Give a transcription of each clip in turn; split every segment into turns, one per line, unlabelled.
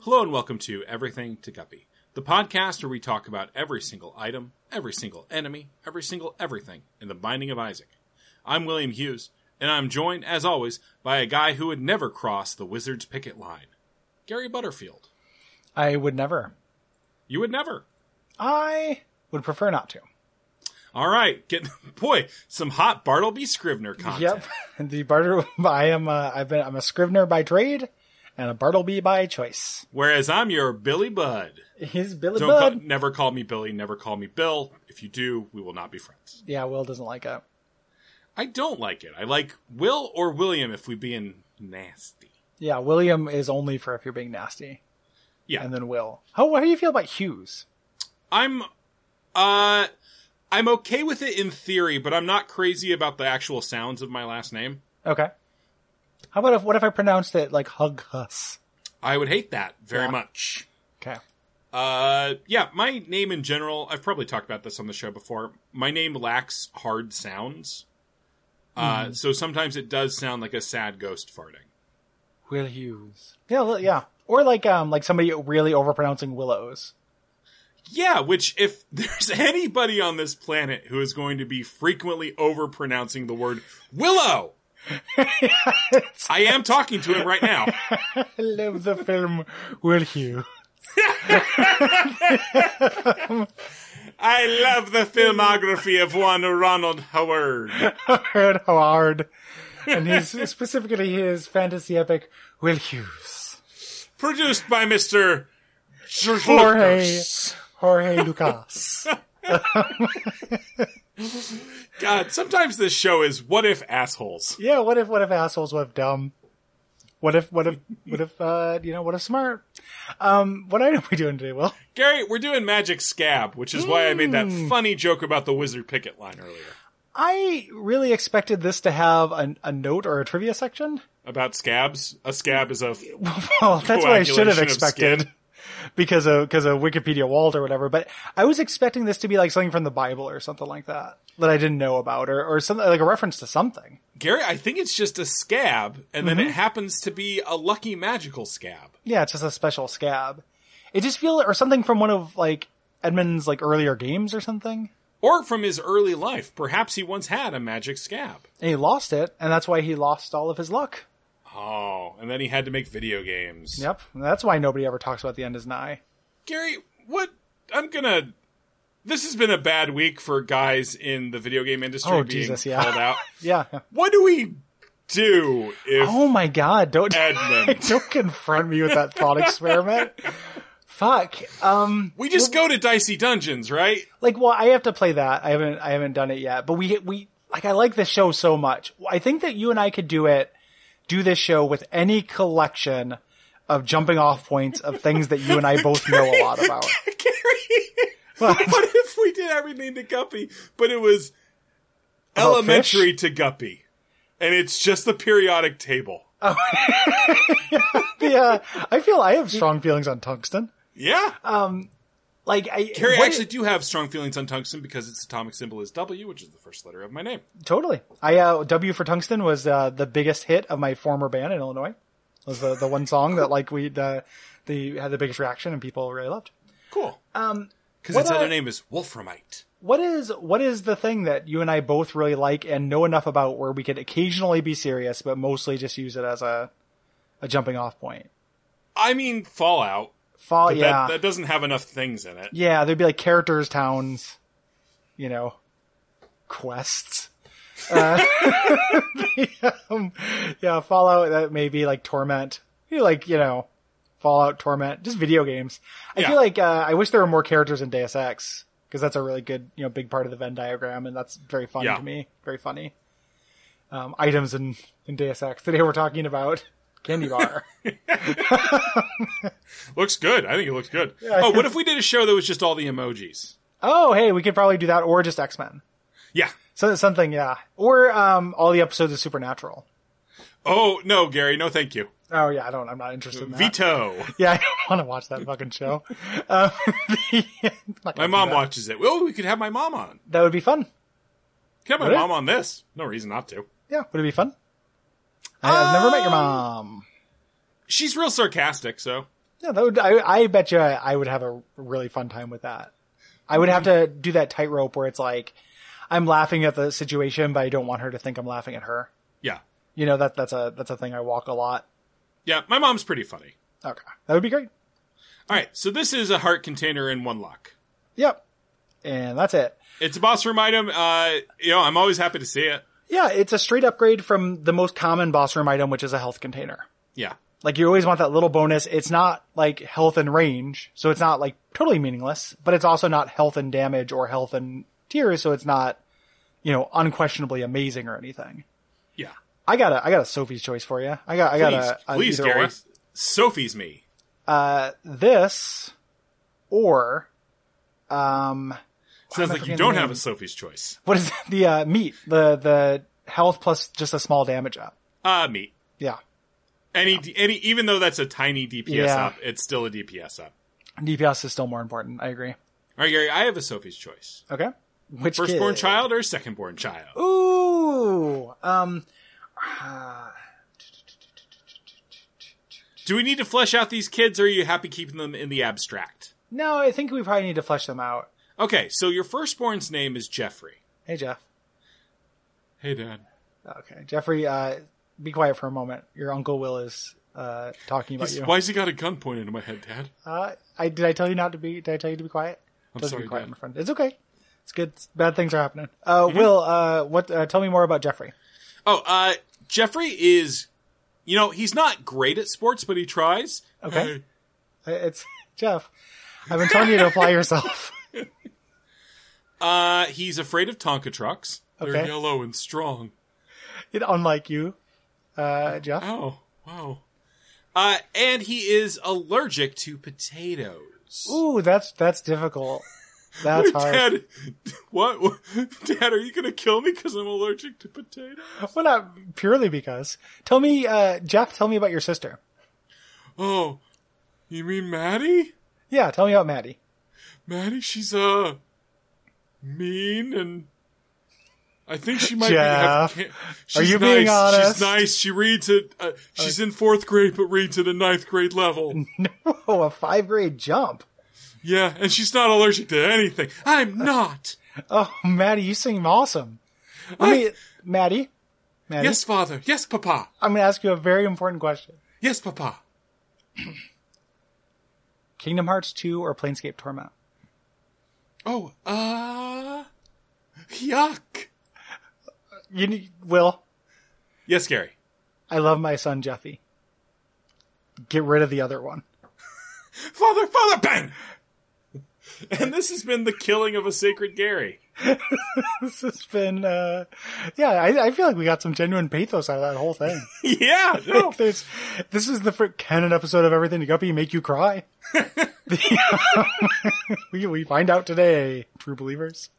Hello and welcome to Everything to Guppy, the podcast where we talk about every single item, every single enemy, every single everything in the Binding of Isaac. I'm William Hughes, and I'm joined, as always, by a guy who would never cross the Wizards picket line Gary Butterfield.
I would never.
You would never.
I would prefer not to.
All right, get boy some hot Bartleby Scrivener content.
Yep. The barter. I am. A, I've been. I'm a Scrivener by trade, and a Bartleby by choice.
Whereas I'm your Billy Bud.
He's Billy
Don't
Bud.
Call, never call me Billy. Never call me Bill. If you do, we will not be friends.
Yeah, Will doesn't like it.
I don't like it. I like Will or William if we being nasty.
Yeah, William is only for if you're being nasty,
Yeah,
and then Will. How how do you feel about Hughes?
I'm, uh, I'm okay with it in theory, but I'm not crazy about the actual sounds of my last name.
Okay. How about if what if I pronounced it like Hug Hus?
I would hate that very
Yeah.
much.
Okay.
Uh, yeah, my name in general, I've probably talked about this on the show before. My name lacks hard sounds. Uh, so sometimes it does sound like a sad ghost farting.
Will Hughes. Yeah, li- yeah. Or like um like somebody really overpronouncing Willows.
Yeah, which if there's anybody on this planet who is going to be frequently overpronouncing the word willow, I am talking to him right now.
I love the film Will Hughes.
I love the filmography of one Ronald Howard.
Howard Howard. And he's specifically his fantasy epic Will Hughes.
Produced by Mr. George
Jorge
Lucas.
Jorge Lucas.
God, sometimes this show is what if assholes.
yeah, what if what if assholes what if dumb? What if what if what if uh you know, what if smart? Um what item are we doing today, Will?
Gary, we're doing Magic Scab, which is why I made that
Mm.
funny joke about the wizard picket line earlier.
I really expected this to have an, a note or a trivia section.
About scabs. A scab is a f-
Well, that's what I should have
coagulation of
expected.
skin.
because of because of Wikipedia Walt or whatever. But I was expecting this to be like something from the Bible or something like that that I didn't know about, or or something like a reference to something.
Gary, I think it's just a scab, and
Mm-hmm.
then it happens to be a lucky magical scab.
Yeah, it's just a special scab. It just feels or something from one of like Edmund's like earlier games or something.
Or from his early life. Perhaps he once had a magic scab.
And he lost it, and that's why he lost all of his luck.
Oh, and then he had to make video games.
Yep, and that's why nobody ever talks about the end is nigh.
Gary, what? I'm gonna. This has been a bad week for guys in the video game industry
Oh,
being
Jesus, yeah.
called out.
Yeah.
What do we do if
Oh my God! Don't
Edmund?
don't confront me with that thought experiment. Fuck. Um.
we just go to Dicey Dungeons, right?
like well i have to play that i haven't i haven't done it yet but we we like i like this show so much i think that you and i could do it do this show with any collection of jumping off points of things that you and i both know a lot about
Gary,
What?
what if we did everything to Guppy, but it was elementary to Guppy, and it's just the periodic table?
yeah i feel i have strong feelings on tungsten
Yeah,
like i
Gary, I
Uh, what-
actually do have strong feelings on tungsten because its atomic symbol is W, which is the first letter of my name.
totally i uh w for tungsten was uh the biggest hit of my former band in illinois It was the, the one song that like we the the had the biggest reaction and people really loved
Cool. Um, because
Uh, what
its
I-
other name is Wolframite.
what is what is the thing that you and I both really like and know enough about where we could occasionally be serious but mostly just use it as a a jumping off point?
I mean Fallout.
Fall
But
Oh, yeah.
that, that doesn't have enough things in it.
yeah, there'd be like characters, towns, you know, quests. Uh, the, um, yeah, Fallout that may be like Torment. You know, like, you know, Fallout, Torment, just video games. I
Yeah.
feel like uh, I wish there were more characters in Deus Ex because that's a really good, you know, big part of the Venn diagram, and that's very fun
Yeah.
to me. Very funny. Um, items in in Deus Ex. Today we're talking about candy bar.
Looks good. I think it looks good.
I
oh,
think-
what if we did a show that was just all the emojis?
oh, hey, we could probably do that, or just X Men.
Yeah.
So something, yeah. Or um, all the episodes of Supernatural.
Oh no, Gary, no, thank you.
Oh yeah, I don't. I'm not interested in that.
Veto.
yeah, I don't want to watch that fucking show. Um,
My mom watches it. Well, we could have my mom on.
That would be fun.
Could have my
Would it?
mom on this. No reason not to.
Yeah, would it be
Um,
fun? I, I've never met your mom.
She's real sarcastic, so
Yeah, that would, I, I bet you I would have a really fun time with that. I would have to do that tightrope where it's like, I'm laughing at the situation, but I don't want her to think I'm laughing at her.
Yeah.
You know, that, that's a, that's a thing I walk a lot.
Yeah, my mom's pretty funny.
Okay. That would be great.
All right, so this is a heart container in one lock.
Yep. And that's it.
It's a boss room item. Uh, you know, I'm always happy to see it.
Yeah, it's a straight upgrade from the most common boss room item, which is a health container.
Yeah.
Like you always want that little bonus. It's not like health and range, so it's not like totally meaningless, but it's also not health and damage or health and tears, so it's not, you know, unquestionably amazing or anything.
Yeah.
I got a I got a Sophie's choice for you. I got I got
Please,
a, a
please,
either or.
Gary. Sophie's me.
Uh, this or um
Sounds
I
like you
forgetting
don't
the
have a
name?
Sophie's choice.
what is it? the uh meat the the health plus just a small damage up.
Uh, me.
Yeah.
Any, any, even though that's a tiny DPS
Yeah.
up, it's still a DPS up.
DPS is still more important. I agree.
All right, Gary, I have a Sophie's choice.
Okay. Which
Firstborn
kid?
child or secondborn child?
Ooh. Um.
Do we need to flesh out these kids or are you happy keeping them in the abstract?
No, I think we probably need to flesh them out.
Okay, so your firstborn's name is Jeffrey.
Hey, Jeff.
Hey, Dad.
Okay, Jeffrey. Uh, be quiet for a moment. Your uncle Will is uh talking about
He's-
you.
Why's he got a gun pointed into my head, Dad?
Uh, I did I tell you not to be? Did I tell you to be quiet?
I'm
Doesn't
sorry,
be quiet,
Dad.
my friend. It's okay. It's good. Bad things are happening. Uh,
Mm-hmm.
Will. Uh, what? Uh, tell me more about Jeffrey.
Oh, uh, Jeffrey is, you know, he's not great at sports, but he tries.
Okay. Uh, It's Jeff. I've been telling you to apply yourself.
Uh, he's afraid of Tonka trucks. They're
Okay.
yellow and strong.
Unlike you, uh, Jeff.
Oh, wow. Uh, and he is allergic to potatoes.
Ooh, that's that's difficult. That's hard.
Dad, what? what- Dad, are you gonna kill me because I'm allergic to potatoes?
Well, not purely because. Tell me, uh, Jeff. Tell me about your sister.
Oh, you mean Maddie?
Yeah, tell me about Maddie.
Maddie, she's uh mean and I think she might
Jeff,
be. have ca- she's
you
nice.
being honest?
She's nice. She reads it. Uh, she's in fourth grade, but reads at a ninth grade level.
Oh, a five grade jump.
yeah, and she's not allergic to anything. I'm
Uh,
not.
Oh, Maddie, you seem awesome. Let me, Maddie. Maddie,
Yes, father. Yes, papa.
I'm going to ask you a very important question.
Yes, papa.
Kingdom Hearts 2 or Planescape Torment?
Oh, uh, yuck.
You need, Will,
Yes, Gary.
I love my son Jeffy. Get rid of the other one.
Father, father, bang. And this has been the killing of a sacred Gary.
This has been, uh, yeah, I, I feel like we got some genuine pathos out of that whole thing.
yeah. No.
There's, this is the fr- canon episode of Everything to Guppy Make You Cry. we, we find out today, true believers.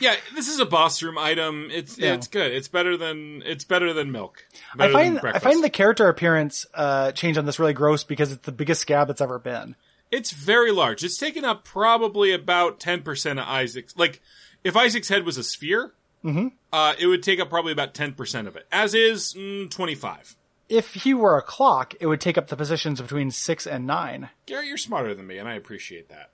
Yeah, this is a boss room item. It's
Yeah.
it's good. It's better than it's better than milk.
I
Better
find
than
I
breakfast.
find the character appearance uh, change on this really gross because it's the biggest scab it's ever been.
it's very large. It's taken up probably about ten percent of Isaac's. Like if Isaac's head was a sphere,
Mm-hmm.
uh, it would take up probably about ten percent of it. As is mm, twenty five.
If he were a clock, it would take up the positions between six and nine.
Gary, you're smarter than me, and I appreciate that.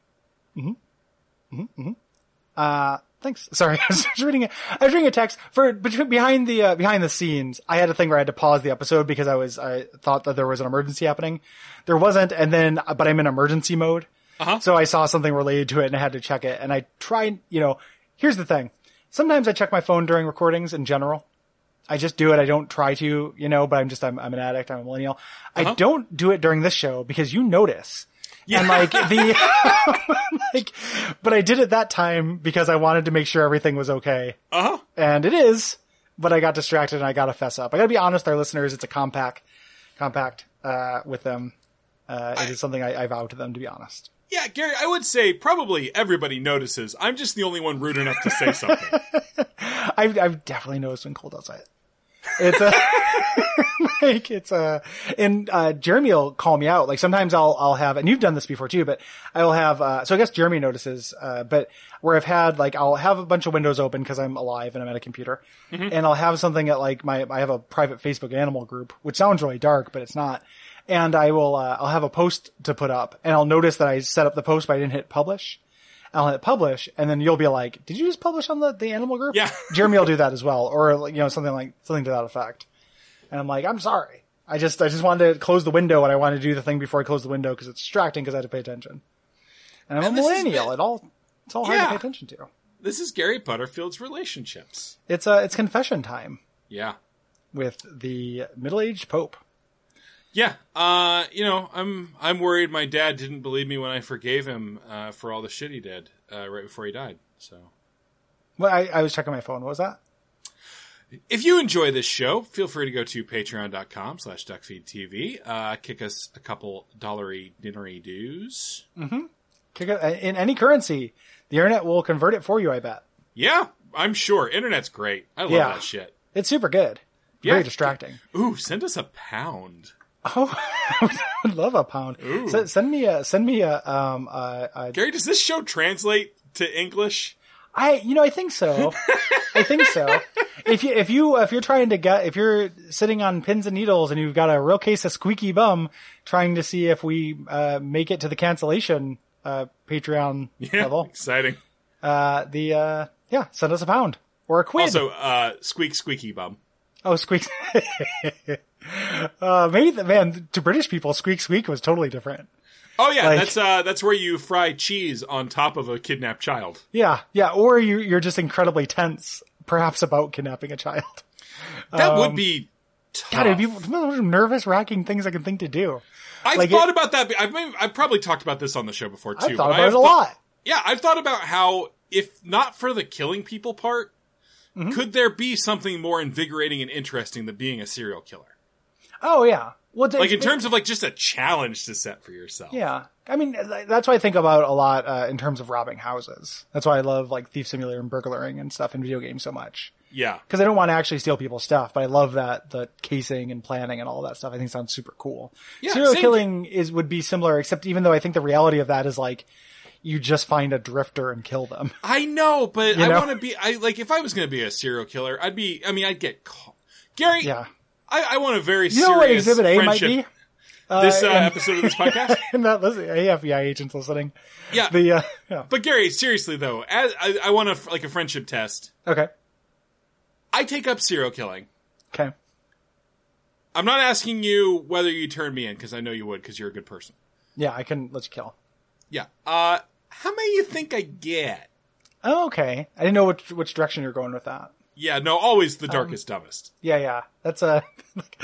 Thanks. Sorry, I was just reading. A, I was reading a text for between, behind the uh, behind the scenes. I had a thing where I had to pause the episode because I was I thought that there was an emergency happening. There wasn't, and then uh, but I'm in emergency mode, so I saw something related to it and I had to check it. And I try, you know, here's the thing. Sometimes I check my phone during recordings in general. I just do it. I don't try to, you know, but I'm just I'm, I'm an addict. I'm a millennial. I don't do it during this show because you notice. And like the like, but I did it that time because I wanted to make sure everything was okay. Uh huh. And it is, but I got distracted and I got to fess up. I got to be honest, with our listeners, it's a compact, compact uh, with them. Uh, it is something I, I vow to them to be honest.
Yeah, Gary, I would say probably everybody notices. I'm just the only one rude enough to say something.
I've, I've definitely noticed when cold outside. It's a like it's uh and uh Jeremy will call me out. Like sometimes I'll I'll have and you've done this before too, but I'll have uh so I guess Jeremy notices uh but where I've had like I'll have a bunch of windows open because I'm alive and I'm at a computer. And I'll have something at like my I have a private Facebook animal group, which sounds really dark, but it's not. And I will uh, I'll have a post to put up and I'll notice that I set up the post but I didn't hit publish. I'll hit publish, and then you'll be like, "Did you just publish on the, the animal group?"
Yeah.
Jeremy will do that as well, or like, you know something like something to that effect. And I'm like, "I'm sorry, I just I just wanted to close the window, and I wanted to do the thing before I close the window because it's distracting because I had to pay attention." And I'm
And
a
this has
millennial;
been-
it all it's all hard
Yeah.
to pay attention to.
This is Gary Butterfield's relationships.
It's uh it's confession time
Yeah.
with the middle aged pope.
Yeah, uh, you know, I'm I'm worried my dad didn't believe me when I forgave him uh, for all the shit he did uh, right before he died. So,
Well, I, I was checking my phone. What was that?
if you enjoy this show, feel free to go to Patreon.com/slash DuckFeedTV. Uh, kick us a couple dollary dinnery dues.
Kick it- uh, In any currency, the internet will convert it for you. I bet
Yeah, I'm sure internet's great. I love
Yeah.
that shit.
it's super good.
Yeah.
Very distracting.
Ooh, send us a pound.
Oh, I would love a pound. Se- send me a send me a um uh, uh,
Gary, does this show translate to English?
I you know I think so. I think so. If you if you if you're trying to get if you're sitting on pins and needles and you've got a real case of squeaky bum, trying to see if we uh, make it to the cancellation uh, Patreon
Yeah,
level,
exciting.
uh, the uh, yeah, send us a pound or a quid.
Also, uh, squeak squeaky bum.
oh, squeak. uh, maybe the man to British people, squeak squeak was totally different.
Oh yeah,
Like-
that's uh, that's where you fry cheese on top of a kidnapped child.
Yeah, yeah, or you you're just incredibly tense, perhaps about kidnapping a child.
That would be tough.
Um, God, it'd be one of those nervous wracking things I can think to do.
I've
like
thought
it-
about that. I've maybe, I've probably talked about this on the show before too.
I've thought
but I
about it
have
a
thou-
lot.
Yeah, I've thought about how if not for the killing people part,
Mm-hmm.
could there be something more invigorating and interesting than being a serial killer?
Oh yeah. Well,
Like in terms of like just a challenge to set for yourself.
yeah. I mean, th- that's why I think about a lot uh, in terms of robbing houses. That's why I love like thief simulator and burglaring and stuff in video games so much
Yeah.
because I don't want to actually steal people's stuff, but I love that the casing and planning and all that stuff. I think sounds super cool.
Yeah,
Serial
same
killing is would be similar, except even though I think the reality of that is like you just find a drifter and kill them.
I know, but I
know?
want to be. I like if I was going to be a serial killer, I'd be. I mean, I'd get caught. Gary,
Yeah.
I, I want a very
You
serious
know what Exhibit A
friendship.
might be? Uh,
This uh,
and-
episode of this podcast.
and that listen, hey, FBI agents listening.
Yeah,
The uh, yeah.
But Gary, seriously though, as I, I want a like a friendship test.
okay,
I take up serial killing.
okay,
I'm not asking you whether you turn me in because I know you would because you're a good person.
yeah, I can let you kill.
Yeah. Uh, how many you think I get?
Oh, okay, I didn't know which which direction you're going with that.
Yeah. No, always
Um,
the darkest, dumbest,
Yeah, yeah, that's a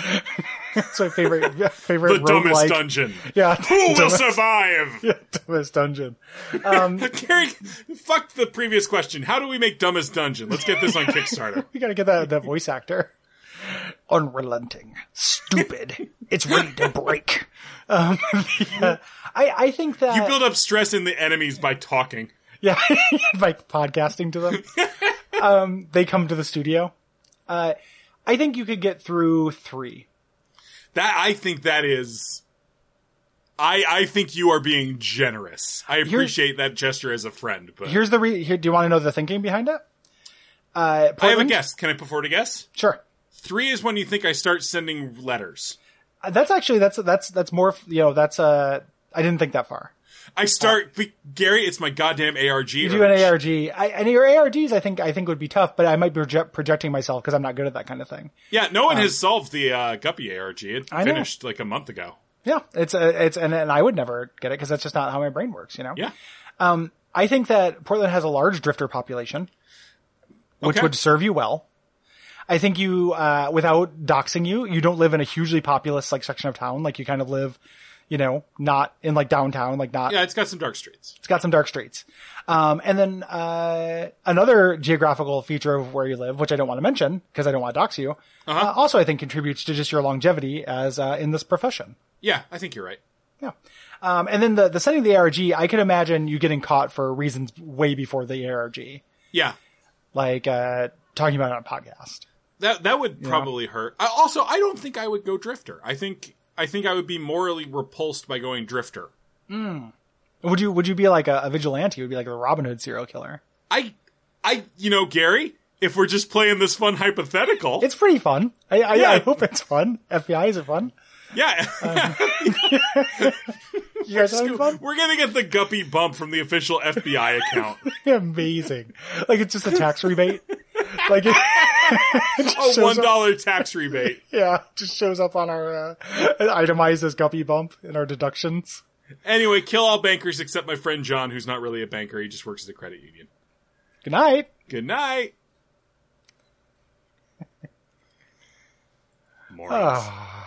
that's my favorite favorite
the dumbest
roguelike.
dungeon.
Yeah,
Who will
dumbest,
survive?
dumbest dungeon.
Gary, fuck the previous question. How do we make dumbest dungeon? Let's get this on Kickstarter.
We gotta get that that voice actor. Unrelenting, stupid. it's ready to break. Um, the, uh, I I think that
You build up stress in the enemies by talking.
Yeah, by podcasting to them. um, they come to the studio. Uh, I think you could get through three.
That I think that is. I I think you are being generous. I appreciate that gesture as a friend, but
Here's the re- here. Do you want to know the thinking behind it? Uh,
I have a
Portland-
guess. Can I put forward a guess?
Sure.
Three is when you think I start sending letters.
Uh, That's actually that's that's that's more f- you know that's uh I didn't think that far.
I start be- Gary. It's my goddamn ARG.
You do an ARG, I, and your ARGs I think I think would be tough, but I might be proje- projecting myself because I'm not good at that kind of thing.
Yeah, no one has solved the uh, Guppy ARG. It
Oh. know.
finished like a month ago.
Yeah, it's a, it's and, and I would never get it because that's just not how my brain works. You know.
Yeah,
I think that Portland has a large drifter population, which
Okay.
would serve you well. I think you, uh, without doxing you, you don't live in a hugely populous like section of town. Like you kind of live, you know, not in like downtown, like not.
yeah. It's got some dark streets.
It's got some dark streets. Um, and then uh, another geographical feature of where you live, which I don't want to mention because I don't want to dox you,
Uh-huh.
uh, also I think contributes to just your longevity as uh, in this profession.
Yeah, I think you're right.
Yeah. Um, and then the, the setting of the ARG, I could imagine you getting caught for reasons way before the ARG,
Yeah,
like uh, talking about it on a podcast.
That that would probably hurt. I, also, I don't think I would go Drifter. I think I think I would be morally repulsed by going Drifter.
Would you would you be like a, a vigilante? Would be like the Robin Hood serial killer?
I I you know Gary, if we're just playing this fun hypothetical,
It's pretty fun. I I, I
Yeah.
hope it's fun. FBI's are fun.
yeah,
You guys are having fun.
we're gonna get the guppy bump from the official FBI account.
Amazing. Like it's just a tax rebate. Like it, it just
A
shows
one
up-
dollar tax rebate,
Yeah, just shows up on our uh, itemized as guppy bump in our deductions.
Anyway, kill all bankers except my friend John, who's not really a banker. He just works at a credit union.
Good night.
Good night. Morons.
Ah.